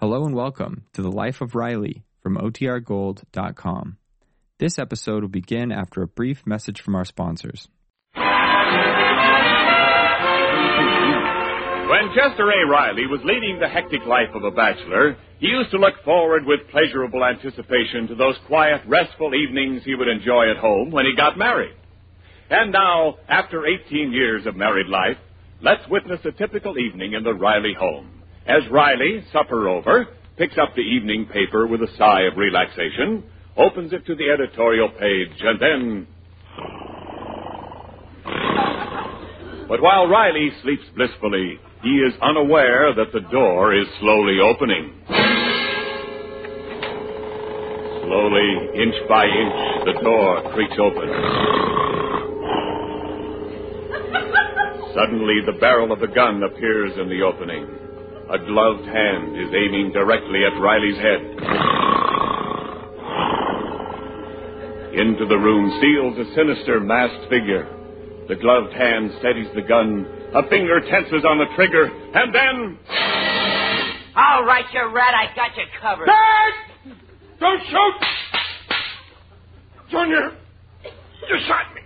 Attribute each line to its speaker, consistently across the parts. Speaker 1: Hello and welcome to The Life of Riley from OTRGold.com. This episode will begin after a brief message from our sponsors.
Speaker 2: When Chester A. Riley was leading the hectic life of a bachelor, he used to look forward with pleasurable anticipation to those quiet, restful evenings he would enjoy at home when he got married. And now, after 18 years of married life, let's witness a typical evening in the Riley home. As Riley, supper over, picks up the evening paper with a sigh of relaxation, opens it to the editorial page, and then But while Riley sleeps blissfully, he is unaware that the door is slowly opening. Slowly, inch by inch, the door creaks open. Suddenly, the barrel of the gun appears in the opening. A gloved hand is aiming directly at Riley's head. Into the room steals a sinister masked figure. The gloved hand steadies the gun. A finger tenses on the trigger, and then.
Speaker 3: All right, you're red. I got you covered.
Speaker 4: Dad! Don't shoot! Junior, you shot me.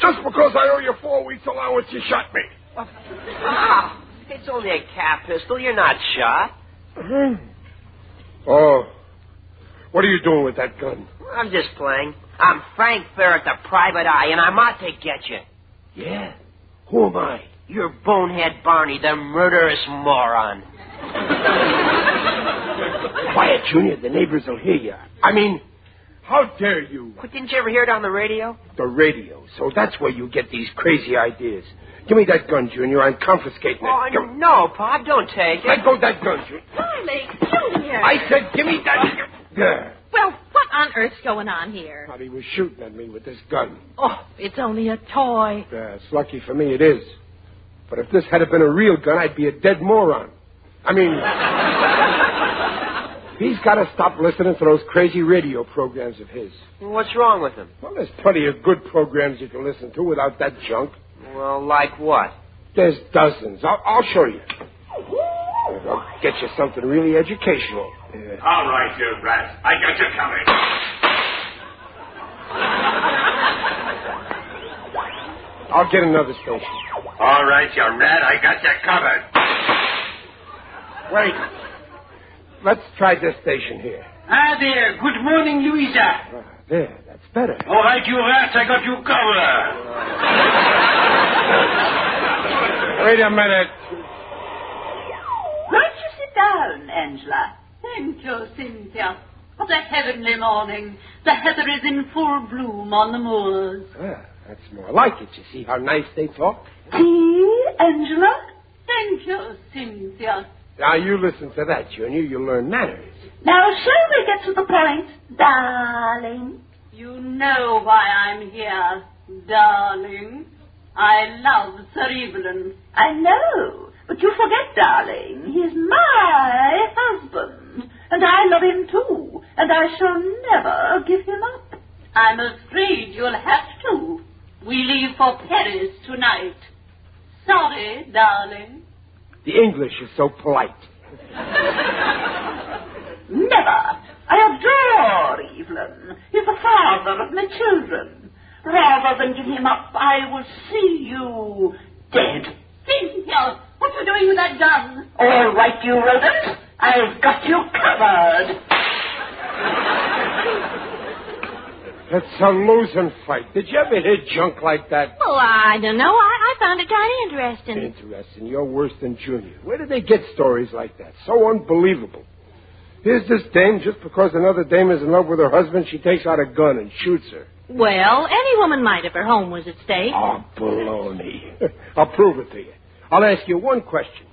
Speaker 4: Just because I owe you four weeks' allowance, you shot me.
Speaker 3: Ah, it's only a cap pistol. You're not shot.
Speaker 4: Oh, what are you doing with that gun?
Speaker 3: I'm just playing. I'm Frank Barrett, the private eye, and I'm out to get you.
Speaker 4: Yeah. Who am I?
Speaker 3: You're Bonehead Barney, the murderous moron.
Speaker 4: Quiet, Junior. The neighbors will hear you. I mean, how dare you?
Speaker 3: What, didn't you ever hear it on the radio?
Speaker 4: The radio. So that's where you get these crazy ideas. Give me that gun, Junior. I'm confiscating it.
Speaker 3: Oh,
Speaker 4: Give-
Speaker 3: no, Pop, don't take it.
Speaker 4: Let go of that gun, Junior.
Speaker 5: Riley, Junior.
Speaker 4: I said, give me that gun. There.
Speaker 5: Well, what on earth's going on here?
Speaker 4: Thought he was shooting at me with this gun.
Speaker 5: Oh, it's only a toy.
Speaker 4: Yeah, it's lucky for me it is. But if this had been a real gun, I'd be a dead moron. I mean, he's got to stop listening to those crazy radio programs of his.
Speaker 3: What's wrong with him?
Speaker 4: Well, there's plenty of good programs you can listen to without that junk.
Speaker 3: Well, like what?
Speaker 4: There's dozens. I'll, I'll show you. I'll get you something really educational. Yeah.
Speaker 2: All right, you rat. I got you covered.
Speaker 4: I'll get another station.
Speaker 2: All right, you rat. I got you covered.
Speaker 4: Wait. Let's try this station here.
Speaker 6: Ah, there. Good morning, Louisa.
Speaker 4: Ah, there, that's better.
Speaker 6: All right, you rats, I got you covered.
Speaker 4: Wait a minute.
Speaker 7: Won't you sit down, Angela? Thank you, Cynthia. What a heavenly morning. The heather is in full bloom on the moors.
Speaker 4: Ah, that's more like it. You see how nice they talk?
Speaker 7: See, Angela? Thank you, Cynthia.
Speaker 4: Now you listen to that, Junior. You learn manners.
Speaker 7: Now, shall we get to the point, darling? You know why I'm here, darling. I love Sir Evelyn. I know, but you forget, darling, he's my husband. And I love him too, and I shall never give him up. I'm afraid you'll have to. We leave for Paris tonight. Sorry, darling.
Speaker 4: The English is so polite.
Speaker 7: Never. I adore Evelyn. He's the father of my children. Rather than give him up, I will see you dead. Cynthia, what are you doing with that gun? All right, you rodent. I've got you covered.
Speaker 4: It's a losing fight. Did you ever hear junk like that?
Speaker 5: Well, I don't know. I, I found it kind of interesting.
Speaker 4: Interesting. You're worse than Junior. Where do they get stories like that? So unbelievable. Here's this dame, just because another dame is in love with her husband, she takes out a gun and shoots her.
Speaker 5: Well, any woman might if her home was at stake.
Speaker 4: Oh, baloney. I'll prove it to you. I'll ask you one question.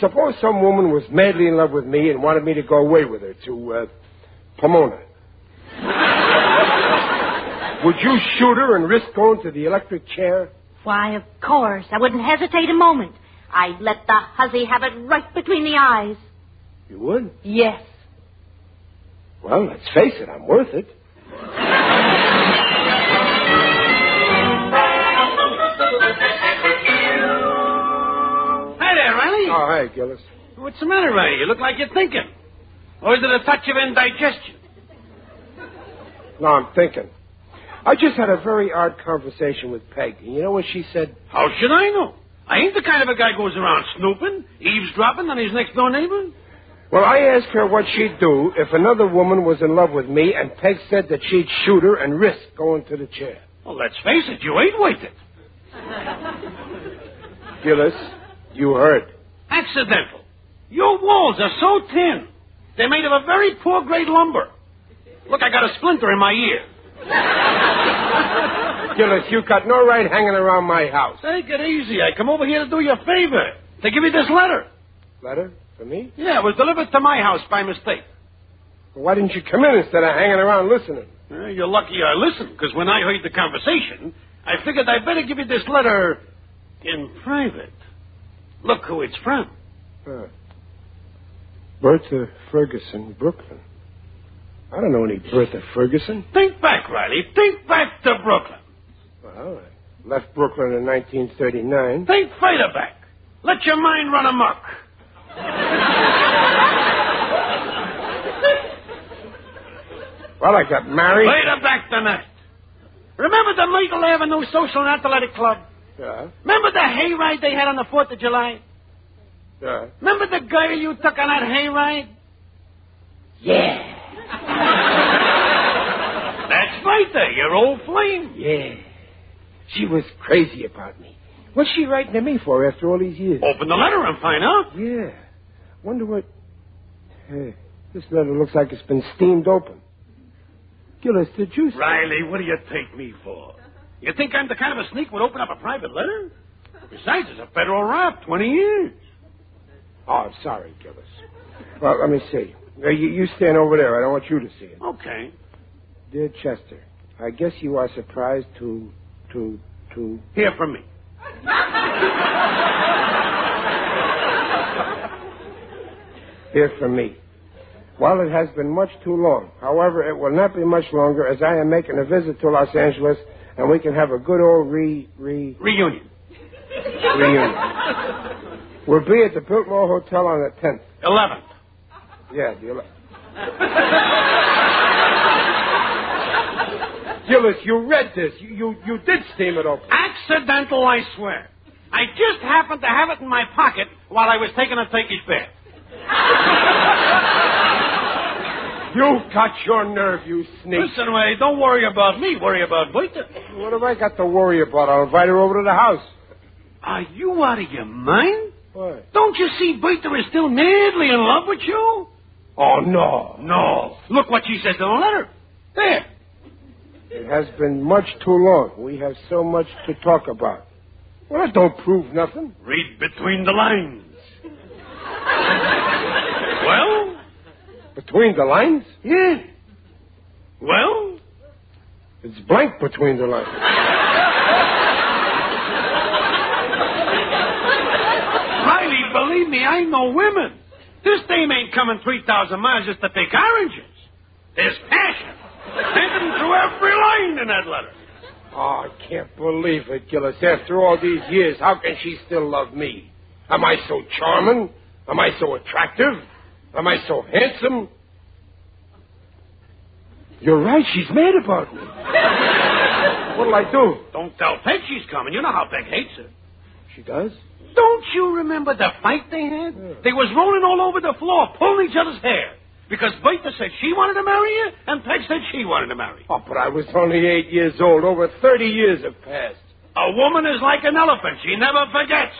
Speaker 4: Suppose some woman was madly in love with me and wanted me to go away with her to uh, Pomona. Would you shoot her and risk going to the electric chair?
Speaker 5: Why, of course. I wouldn't hesitate a moment. I'd let the hussy have it right between the eyes.
Speaker 4: You would?
Speaker 5: Yes.
Speaker 4: Well, let's face it, I'm worth it.
Speaker 6: Hi there, Riley.
Speaker 4: Oh, hi, Gillis.
Speaker 8: What's the matter, Ray? You look like you're thinking. Or is it a touch of indigestion?
Speaker 4: No, I'm thinking. I just had a very odd conversation with Peg. And you know what she said?
Speaker 8: How should I know? I ain't the kind of a guy who goes around snooping, eavesdropping on his next door neighbor.
Speaker 4: Well, I asked her what she'd do if another woman was in love with me, and Peg said that she'd shoot her and risk going to the chair.
Speaker 8: Well, let's face it, you ain't waited.
Speaker 4: Gillis, you heard.
Speaker 8: Accidental. Your walls are so thin. They're made of a very poor grade lumber. Look, I got a splinter in my ear.
Speaker 4: Gillis, you got no right hanging around my house.
Speaker 8: Take it easy. I come over here to do you a favor. To give you this letter.
Speaker 4: Letter? For me?
Speaker 8: Yeah, it was delivered to my house by mistake.
Speaker 4: Why didn't you come in instead of hanging around listening?
Speaker 8: Well, Eh, you're lucky I listened, because when I heard the conversation, I figured I'd better give you this letter in private. Look who it's from.
Speaker 4: Huh. Bertha Ferguson, Brooklyn. I don't know any Bertha Ferguson.
Speaker 8: Think back, Riley. Think back to Brooklyn.
Speaker 4: Well, I left Brooklyn in 1939.
Speaker 8: Think further back. Let your mind run amok.
Speaker 4: Well, I got married.
Speaker 8: Further back than that. Remember the Maple Avenue Social and Athletic Club?
Speaker 4: Yeah,
Speaker 8: Remember the hayride they had on the 4th of July?
Speaker 4: yeah.
Speaker 8: Remember the girl you took on that hayride?
Speaker 3: Yeah.
Speaker 8: That's right there, your old flame.
Speaker 4: Yeah. She was crazy about me. What's she writing to me for after all these years?
Speaker 8: Open the letter and find out.
Speaker 4: Yeah. Wonder what. Hey, this letter looks like it's been steamed open. Gillis, did you.
Speaker 8: Riley, what do you take me for? You think I'm the kind of a sneak would open up a private letter? Besides, it's a federal rap, 20 years.
Speaker 4: Oh, I'm sorry, Gillis. Well, let me see. Uh, You, you stand over there. I don't want you to see it.
Speaker 8: Okay.
Speaker 4: Dear Chester, I guess you are surprised to. to. to.
Speaker 8: Hear from me.
Speaker 4: hear from me. While it has been much too long, however, it will not be much longer as I am making a visit to Los Angeles and we can have a good old re. re.
Speaker 8: Reunion.
Speaker 4: reunion. We'll be at the Biltmore Hotel on the 10th.
Speaker 8: 11th.
Speaker 4: Yeah, Gillis. Gillis, you read this. You, you, you did steam it open.
Speaker 8: Accidental, I swear. I just happened to have it in my pocket while I was taking a Turkish bath.
Speaker 4: You've got your nerve, you sneak.
Speaker 8: Listen, Ray, don't worry about me. Worry about Victor.
Speaker 4: What have I got to worry about? I'll invite her over to the house.
Speaker 8: Are you out of your mind?
Speaker 4: What?
Speaker 8: Don't you see Victor is still madly in love with you?
Speaker 4: Oh, no.
Speaker 8: No. Look what she says in the letter. There.
Speaker 4: It has been much too long. We have so much to talk about. Well, that don't prove nothing.
Speaker 8: Read between the lines. well?
Speaker 4: Between the lines?
Speaker 8: Yeah. Well?
Speaker 4: It's blank between the lines.
Speaker 8: Riley, believe me, I know women. This dame ain't coming 3,000 miles just to pick oranges. There's passion. Hidden through every line in that letter.
Speaker 4: Oh, I can't believe it, Gillis. After all these years, how can she still love me? Am I so charming? Am I so attractive? Am I so handsome? You're right, she's mad about me. What'll I do?
Speaker 8: Don't tell Peg she's coming. You know how Peg hates her.
Speaker 4: She does?
Speaker 8: Don't you remember the fight they had? They was rolling all over the floor, pulling each other's hair. Because Bertha said she wanted to marry you, and Peg said she wanted to marry you.
Speaker 4: Oh, but I was only eight years old. Over 30 years have passed.
Speaker 8: A woman is like an elephant. She never forgets.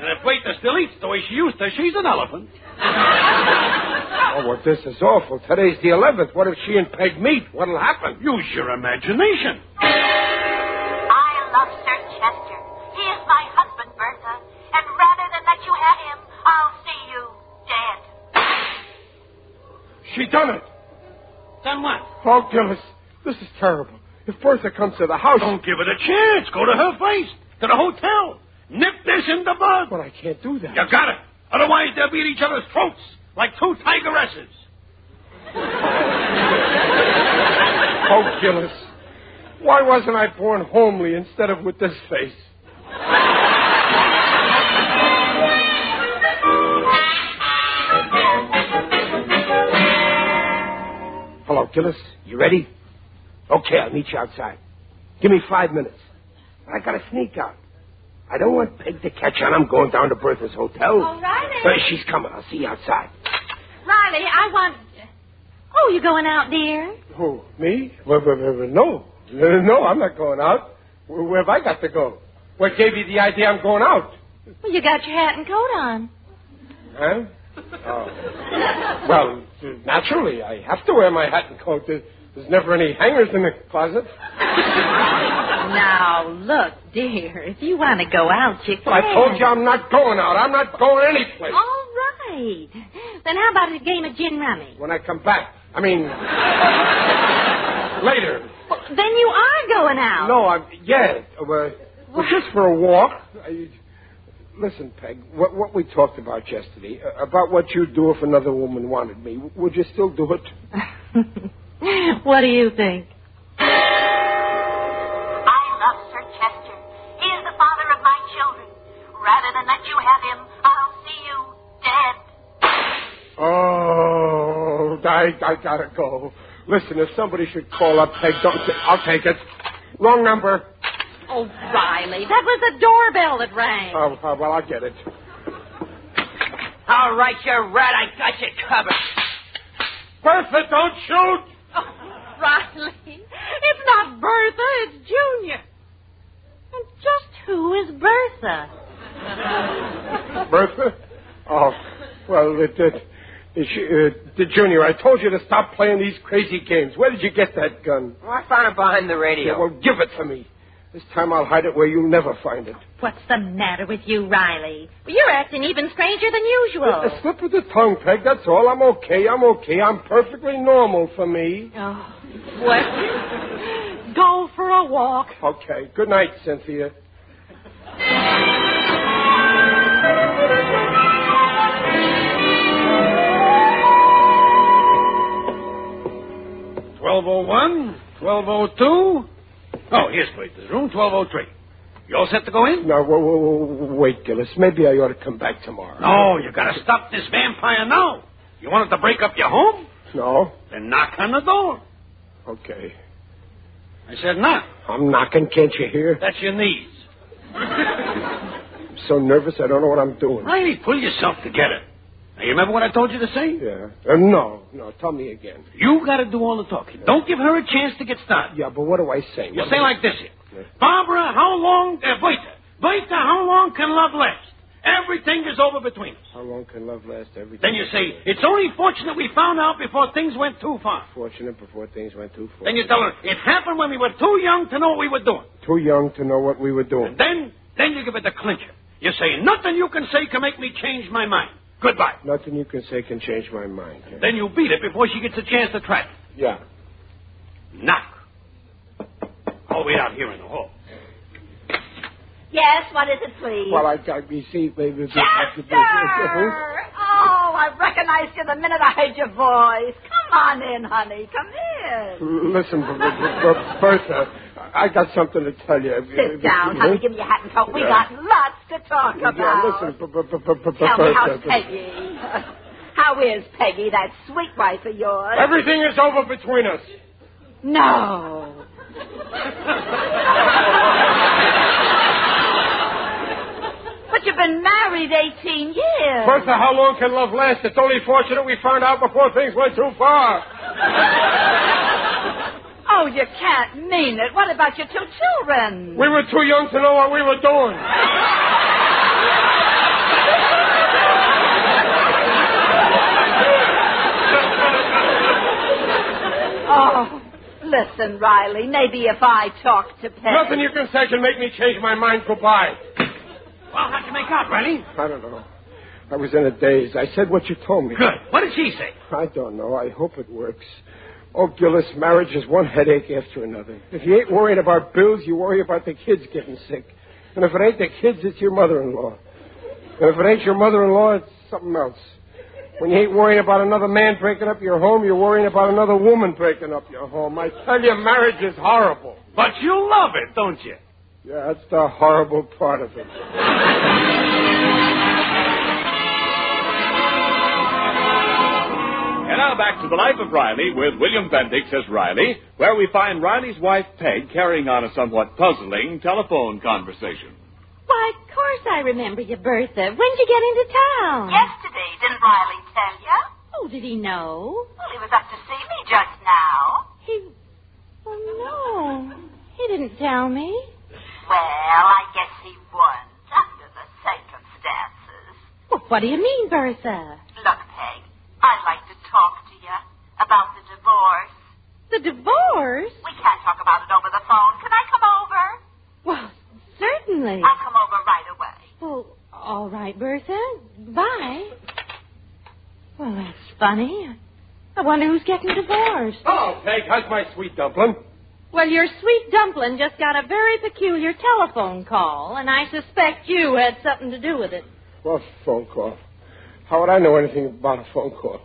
Speaker 8: And if Bertha still eats the way she used to, she's an elephant.
Speaker 4: Oh, well, this is awful. Today's the 11th. What if she and Peg meet? What'll happen?
Speaker 8: Use your imagination.
Speaker 9: I love Sir Chester. He is my husband, Bertha. And rather than let you have him, I'll see you dead.
Speaker 4: She done it.
Speaker 8: Then what?
Speaker 4: Oh, Gillis, this is terrible. If Bertha comes to the house...
Speaker 8: Don't give it a chance. Go to her place, to the hotel. Nip this in the bud.
Speaker 4: But I can't do that.
Speaker 8: You got it. Otherwise, they'll be at each other's throats like two tigeresses.
Speaker 4: Oh, Gillis, why wasn't I born homely instead of with this face?
Speaker 9: Thank you.
Speaker 4: Hello, Gillis. You ready? Okay, I'll meet you outside. Give me five minutes. I gotta sneak out. I don't want Peg to catch on. I'm going down to Bertha's hotel.
Speaker 5: All righty.
Speaker 4: But she's coming. I'll see you outside.
Speaker 5: Riley, I want. Oh, you going out, dear?
Speaker 4: Who? Me? Well, well, well, well, no. Uh, No, I'm not going out. Where where have I got to go? What gave you the idea I'm going out?
Speaker 5: Well, you got your hat and coat on.
Speaker 4: Huh? Oh. Well, naturally, I have to wear my hat and coat. There- There's never any hangers in the closet.
Speaker 10: Now, look, dear, if you want to go out, you can.
Speaker 4: I told you I'm not going out. I'm not going anyplace.
Speaker 5: All right. Then how about a game of gin rummy?
Speaker 4: When I come back, I mean, later.
Speaker 5: Well, then you are going out.
Speaker 4: No, I'm. Yeah, uh, well, well, just for a walk. I, listen, Peg, what, what we talked about yesterday uh, about what you'd do if another woman wanted me. Would you still do it?
Speaker 10: what do you think?
Speaker 9: I love Sir Chester. He is the father of my children. Rather than let you have him, I'll see you dead.
Speaker 4: Oh, I, I gotta go. Listen, if somebody should call up Peg, don't. ta- I'll take it. Wrong number.
Speaker 10: Oh, Riley, that was the doorbell that rang.
Speaker 4: Oh, uh, well, I'll get it.
Speaker 3: All right, you're right. I got you covered.
Speaker 4: Bertha, don't shoot!
Speaker 10: Riley, it's not Bertha, it's Junior.
Speaker 5: And just who is Bertha?
Speaker 4: Bertha? Oh, well, it, it, it, she- uh, the Junior, I told you to stop playing these crazy games. Where did you get that gun?
Speaker 3: Well, I found it behind the
Speaker 4: Yeah,
Speaker 3: radio.
Speaker 4: well, give it to me. This time I'll hide it where you'll never find it.
Speaker 5: What's the matter with you, Riley? You're acting even stranger than usual.
Speaker 10: Uh.
Speaker 4: A slip of the tongue, Peg, that's all. I'm okay, I'm okay. I'm perfectly normal for me.
Speaker 10: Oh, what? go for a walk.
Speaker 4: Okay, good night, Cynthia.
Speaker 8: Twelve oh one, twelve oh two. Oh, here's Bertha's room, twelve oh three. You all set to go in?
Speaker 4: Now, w- w- wait, Gillis. Maybe I ought to come back tomorrow.
Speaker 8: No, you gotta stop this vampire now. You want it to break up your home?
Speaker 4: No?
Speaker 8: Then knock on the door.
Speaker 4: Okay.
Speaker 8: I said knock.
Speaker 4: I'm knocking, can't you hear?
Speaker 8: That's your knees.
Speaker 4: I'm so nervous, I don't know what I'm doing.
Speaker 8: Riley, pull yourself together. Now, you remember what I told you to say?
Speaker 4: Yeah. Uh, no, no, tell me again.
Speaker 8: You gotta do all the talking. Don't give her a chance to get started.
Speaker 4: Yeah, but what do I say?
Speaker 8: You
Speaker 4: What
Speaker 8: say
Speaker 4: do-
Speaker 8: like this here. Barbara, how long... Uh, Bertha. Bertha, how long can love last? Everything is over between us.
Speaker 4: How long can love last? Everything.
Speaker 8: Then you say, it's only fortunate we found out before things went too far.
Speaker 4: Fortunate before things went too far.
Speaker 8: Then you tell her, it happened when we were too young to know what we were doing.
Speaker 4: Too young to know what we were doing.
Speaker 8: And then, then you give it the clincher. You say, nothing you can say can make me change my mind. Goodbye.
Speaker 4: Nothing you can say can change my mind. Yeah.
Speaker 8: Then you beat it before she gets a chance to try it.
Speaker 4: Yeah.
Speaker 8: Knock. I'll wait out here in the hall.
Speaker 5: Yes, what is it, please?
Speaker 4: Well, I got you see, maybe.
Speaker 10: Chester! Oh, I recognized you the minute I heard your voice. Come on in, honey. Come in.
Speaker 4: Listen, B- B- B- Bertha, uh, I got something to tell you.
Speaker 10: Sit down,
Speaker 4: Huh?
Speaker 10: honey. Give me your hat and coat. We
Speaker 4: Yeah.
Speaker 10: got lots to talk about.
Speaker 4: Yeah, listen, B- B- B- B-
Speaker 10: Tell me, how's
Speaker 4: Bertha.
Speaker 10: Peggy? How is Peggy, that sweet wife of yours?
Speaker 4: Everything is over between us.
Speaker 10: No. but you've been married 18 years.
Speaker 4: Bertha, uh, how long can love last? It's only fortunate we found out before things went too far.
Speaker 10: Oh, you can't mean it. What about your two children?
Speaker 4: We were too young to know what we were doing.
Speaker 10: Oh, listen, Riley, maybe if I talk to Peg.
Speaker 4: Nothing you can say can make me change my mind. Goodbye.
Speaker 8: Well, how'd you make out, Riley?
Speaker 4: I don't know. I was in a daze. I said what you told me.
Speaker 8: Good. What did she say?
Speaker 4: I don't know. I hope it works. Oh, Gillis, marriage is one headache after another. If you ain't worrying about bills, you worry about the kids getting sick. And if it ain't the kids, it's your mother-in-law. And if it ain't your mother-in-law, it's something else. When you ain't worrying about another man breaking up your home, you're worrying about another woman breaking up your home. I tell you, marriage is horrible.
Speaker 8: But you love it, don't you?
Speaker 4: Yeah, that's the horrible part of it.
Speaker 8: And
Speaker 11: now back to the life of Riley with William Bendix as Riley, where we find Riley's wife Peg carrying on a somewhat puzzling telephone conversation.
Speaker 5: Why, of course I remember you, Bertha. When'd you get into
Speaker 10: Eh?
Speaker 5: town?
Speaker 9: Yesterday, didn't Riley tell you?
Speaker 5: Oh, did he know?
Speaker 9: Well, he was up to see me just now.
Speaker 5: He. Well, no. He didn't tell me.
Speaker 9: Well, I guess he wouldn't, under the circumstances.
Speaker 5: Well, what do you mean, Bertha?
Speaker 9: Look, Peg, I'd like to talk to you about the divorce.
Speaker 5: The divorce?
Speaker 9: We can't talk about it over the phone. Can I come over?
Speaker 5: Well, certainly.
Speaker 10: Oh,
Speaker 9: I'll come over right away.
Speaker 5: Well, all right, Bertha. Bye. Well, that's funny. I wonder who's getting divorced.
Speaker 4: Hello, Peg. How's my sweet dumpling?
Speaker 5: Well, your sweet dumpling just got a very peculiar telephone call, and I suspect you had something to do with it.
Speaker 4: Well, phone call. How would I know anything about a phone call?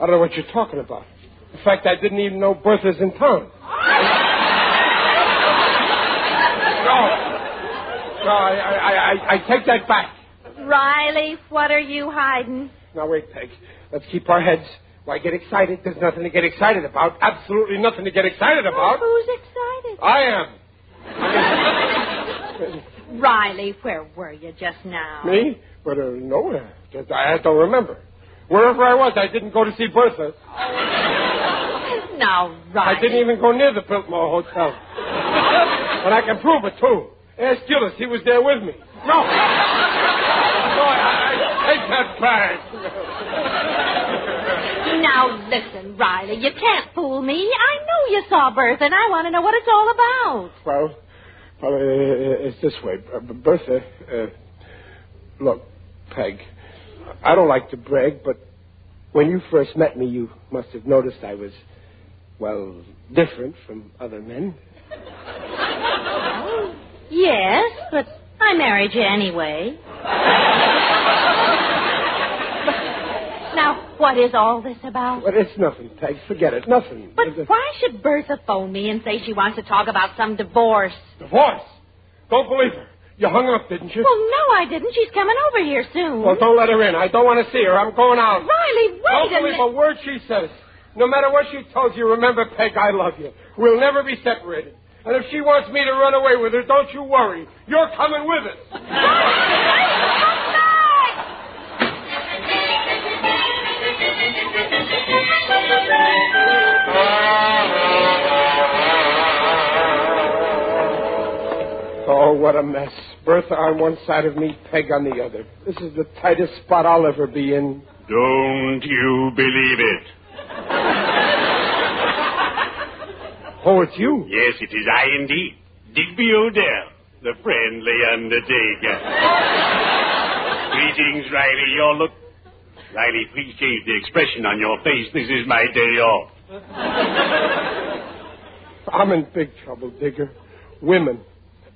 Speaker 4: I don't know what you're talking about. In fact, I didn't even know Bertha's in town. no. No, I, I, I, I take that back.
Speaker 5: Riley, what are you hiding?
Speaker 4: Now, wait, Peg. Let's keep our heads. Why get excited? There's nothing to get excited about. Absolutely nothing to get excited about.
Speaker 5: Who's excited?
Speaker 4: I am.
Speaker 5: Riley, where were you just now?
Speaker 4: Uh, Me? But uh, nowhere. Just, I, I don't remember. Wherever I was, I didn't go to see Bertha.
Speaker 5: Now, Riley.
Speaker 4: I didn't even go near the Biltmore Hotel. and I can prove it, too. Ask Gillis. He was there with me. No. No, I, I take that back.
Speaker 5: Now, listen, Riley, you can't fool me. I know you saw Bertha, and I want to know what it's all about.
Speaker 4: Well, well uh, it's this way. Uh, Bertha, uh, look, Peg, I don't like to brag, but when you first met me, you must have noticed I was, well, different from other men.
Speaker 5: Yes, but I married you anyway. now, what is all this about?
Speaker 4: But it's nothing, Peg. Forget it. Nothing.
Speaker 5: But why should Bertha phone me and say she wants to talk about some divorce?
Speaker 4: Divorce? Don't believe her. You hung up, didn't you?
Speaker 5: Well, no, I didn't. She's coming over here soon.
Speaker 4: Well, don't let her in. I don't want to see her. I'm going out.
Speaker 5: Riley, wait
Speaker 4: Don't
Speaker 5: a
Speaker 4: believe
Speaker 5: minute.
Speaker 4: a word she says. No matter what she tells you, remember, Peg, I love you. We'll never be separated. And if she wants me to run away with her, don't you worry. You're coming with us. Oh, what a mess. Bertha on one side of me, Peg on the other. This is the tightest spot I'll ever be in.
Speaker 11: Don't you believe it?
Speaker 4: Oh, it's you.
Speaker 2: Yes, it is I indeed. Digby Odell, the friendly undertaker. Greetings, Riley. Your look. Riley, please change the expression on your face. This is my day off.
Speaker 4: I'm in big trouble, Digger. Women.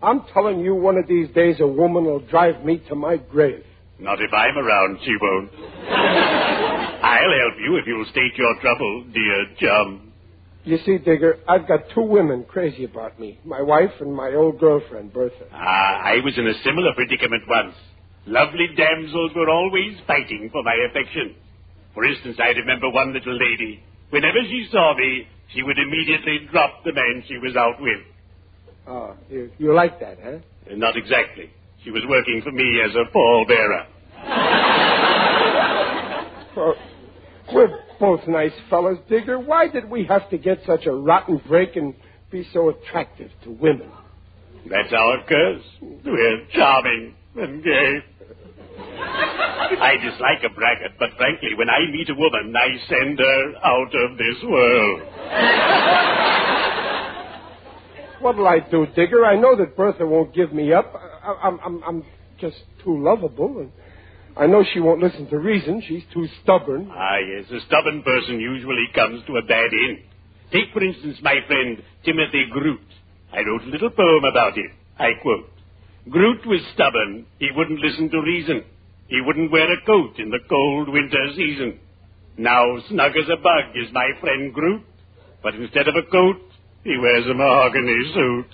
Speaker 4: I'm telling you, one of these days a woman will drive me to my grave.
Speaker 2: Not if I'm around, she won't. I'll help you if you'll state your trouble, dear chum.
Speaker 4: You see, Digger, I've got two women crazy about me my wife and my old girlfriend, Bertha.
Speaker 2: Ah, I was in a similar predicament once. Lovely damsels were always fighting for my affection. For instance, I remember one little lady. Whenever she saw me, she would immediately drop the man she was out with.
Speaker 4: Oh, you, you like that, huh?
Speaker 2: And not exactly. She was working for me as a pallbearer.
Speaker 4: Well, we're both nice fellas, Digger. Why did we have to get such a rotten break and be so attractive to women?
Speaker 2: That's our curse. We're charming and gay. I dislike a braggart, but frankly, when I meet a woman, I send her out of this world.
Speaker 4: What'll I do, Digger? I know that Bertha won't give me up. I, I, I'm, I'm, I'm just too lovable, and I know she won't listen to reason. She's too stubborn.
Speaker 2: Ah, yes, a stubborn person usually comes to a bad end. Take, for instance, my friend Timothy Groot. I wrote a little poem about it. I quote Groot was stubborn. He wouldn't listen to reason. He wouldn't wear a coat in the cold winter season. Now, snug as a bug is my friend Groot, but instead of a coat, he wears a mahogany suit.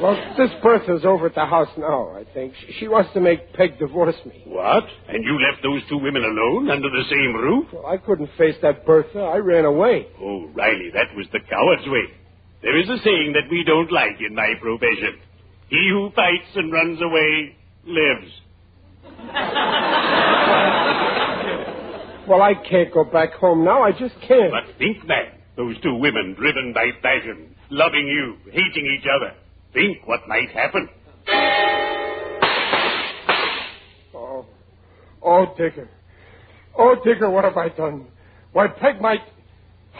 Speaker 4: Well, this Bertha's over at the house now, I think. She, she wants to make Peg divorce me.
Speaker 2: What? And you left those two women alone under the same roof?
Speaker 4: Well, I couldn't face that Bertha. I ran away.
Speaker 2: Oh, Riley, that was the coward's way. There is a saying that we don't like in my profession. He who fights and runs away lives.
Speaker 4: Well, I can't go back home now. I just can't.
Speaker 2: But think, man, those two women driven by passion, loving you, hating each other. Think what might happen.
Speaker 4: Oh, oh, Digger. Oh, Digger, what have I done? Why, Peg might.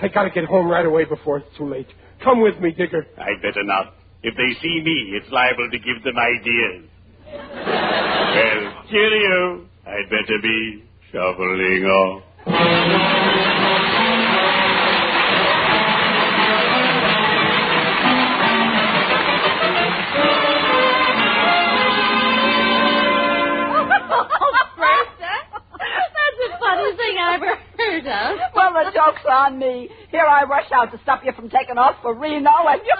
Speaker 4: I gotta get home right away before it's too late. Come with me, Digger.
Speaker 2: I'd better not. If they see me, it's liable to give them ideas. well, cheerio. I'd better be shuffling off.
Speaker 5: Oh, Bertha, that's the funniest thing I ever heard of.
Speaker 9: Well, the joke's on me. Here I rush out to stop you from taking off for Reno, and you.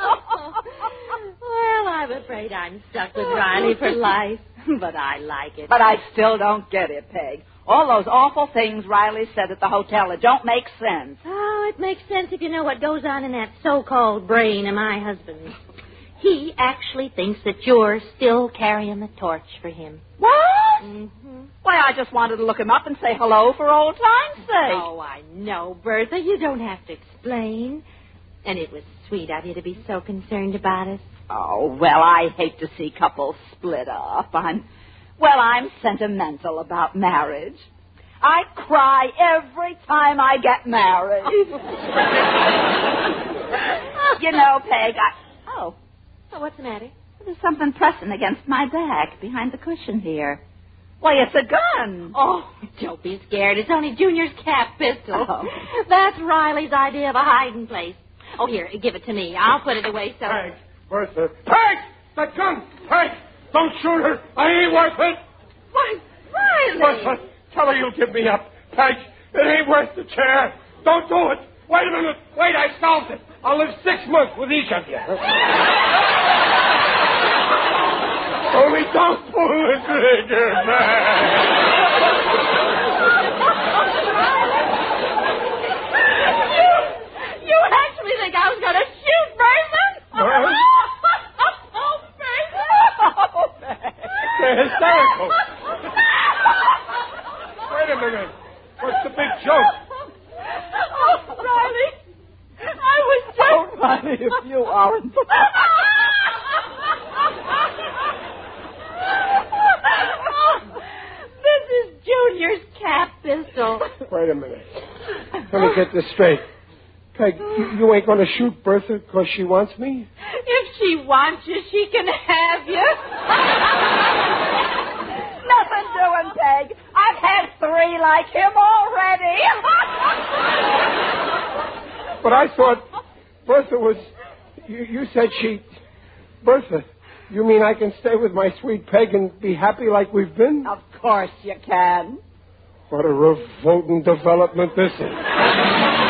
Speaker 5: Well, I'm afraid I'm stuck with Riley for life, but I like it.
Speaker 9: But I still don't get it, Peg. All those awful things Riley said at the hotel that don't make sense.
Speaker 5: Oh, it makes sense if you know what goes on in that so-called brain of my husband. He actually thinks that you're still carrying the torch for him.
Speaker 9: What?
Speaker 5: Mm-hmm.
Speaker 9: Why, I just wanted to look him up and say hello for old time's sake.
Speaker 5: Oh, I know, Bertha. You don't have to explain. And it was sweet of you to be so concerned about us.
Speaker 9: Oh, well, I hate to see couples split up. I'm, well, I'm sentimental about marriage. I cry every time I get married. you know, Peg, I, oh,
Speaker 5: Oh, what's the matter?
Speaker 9: there's something pressing against my back behind the cushion here. Why, it's a gun.
Speaker 5: Oh, don't be scared. It's only Junior's cap pistol.
Speaker 9: Oh.
Speaker 5: That's Riley's idea of a hiding place. Oh, here, give it to me. I'll put it away so.
Speaker 4: Peg, Bertha.
Speaker 12: Peg! That gun! Peg! Don't shoot her! I ain't worth it!
Speaker 9: Why, Riley!
Speaker 4: Bertha, tell her you'll give me up. Peg, it ain't worth the chair. Don't do it. Wait a minute. Wait, I solved it. I'll live six months with each of you. Only don't pull the trigger, man.
Speaker 5: You actually think I was going to shoot Bertha?
Speaker 4: Well?
Speaker 5: oh, Bertha!
Speaker 4: They're hysterical. Wait a minute. What's the big joke?
Speaker 9: Oh, Riley. I was just. Oh, Riley, if you aren't. Oh,
Speaker 5: This is Junior's cap pistol.
Speaker 4: Wait a minute. Let me get this straight. Peg, you, you ain't going to shoot Bertha because she wants me?
Speaker 5: If she wants you, she can have you.
Speaker 9: Nothing doing, Peg. I've had three like him already.
Speaker 4: But I thought Bertha was. You, you said she. Bertha, you mean I can stay with my sweet Peg and be happy like we've been?
Speaker 9: of course you can.
Speaker 4: What a revolting development this is.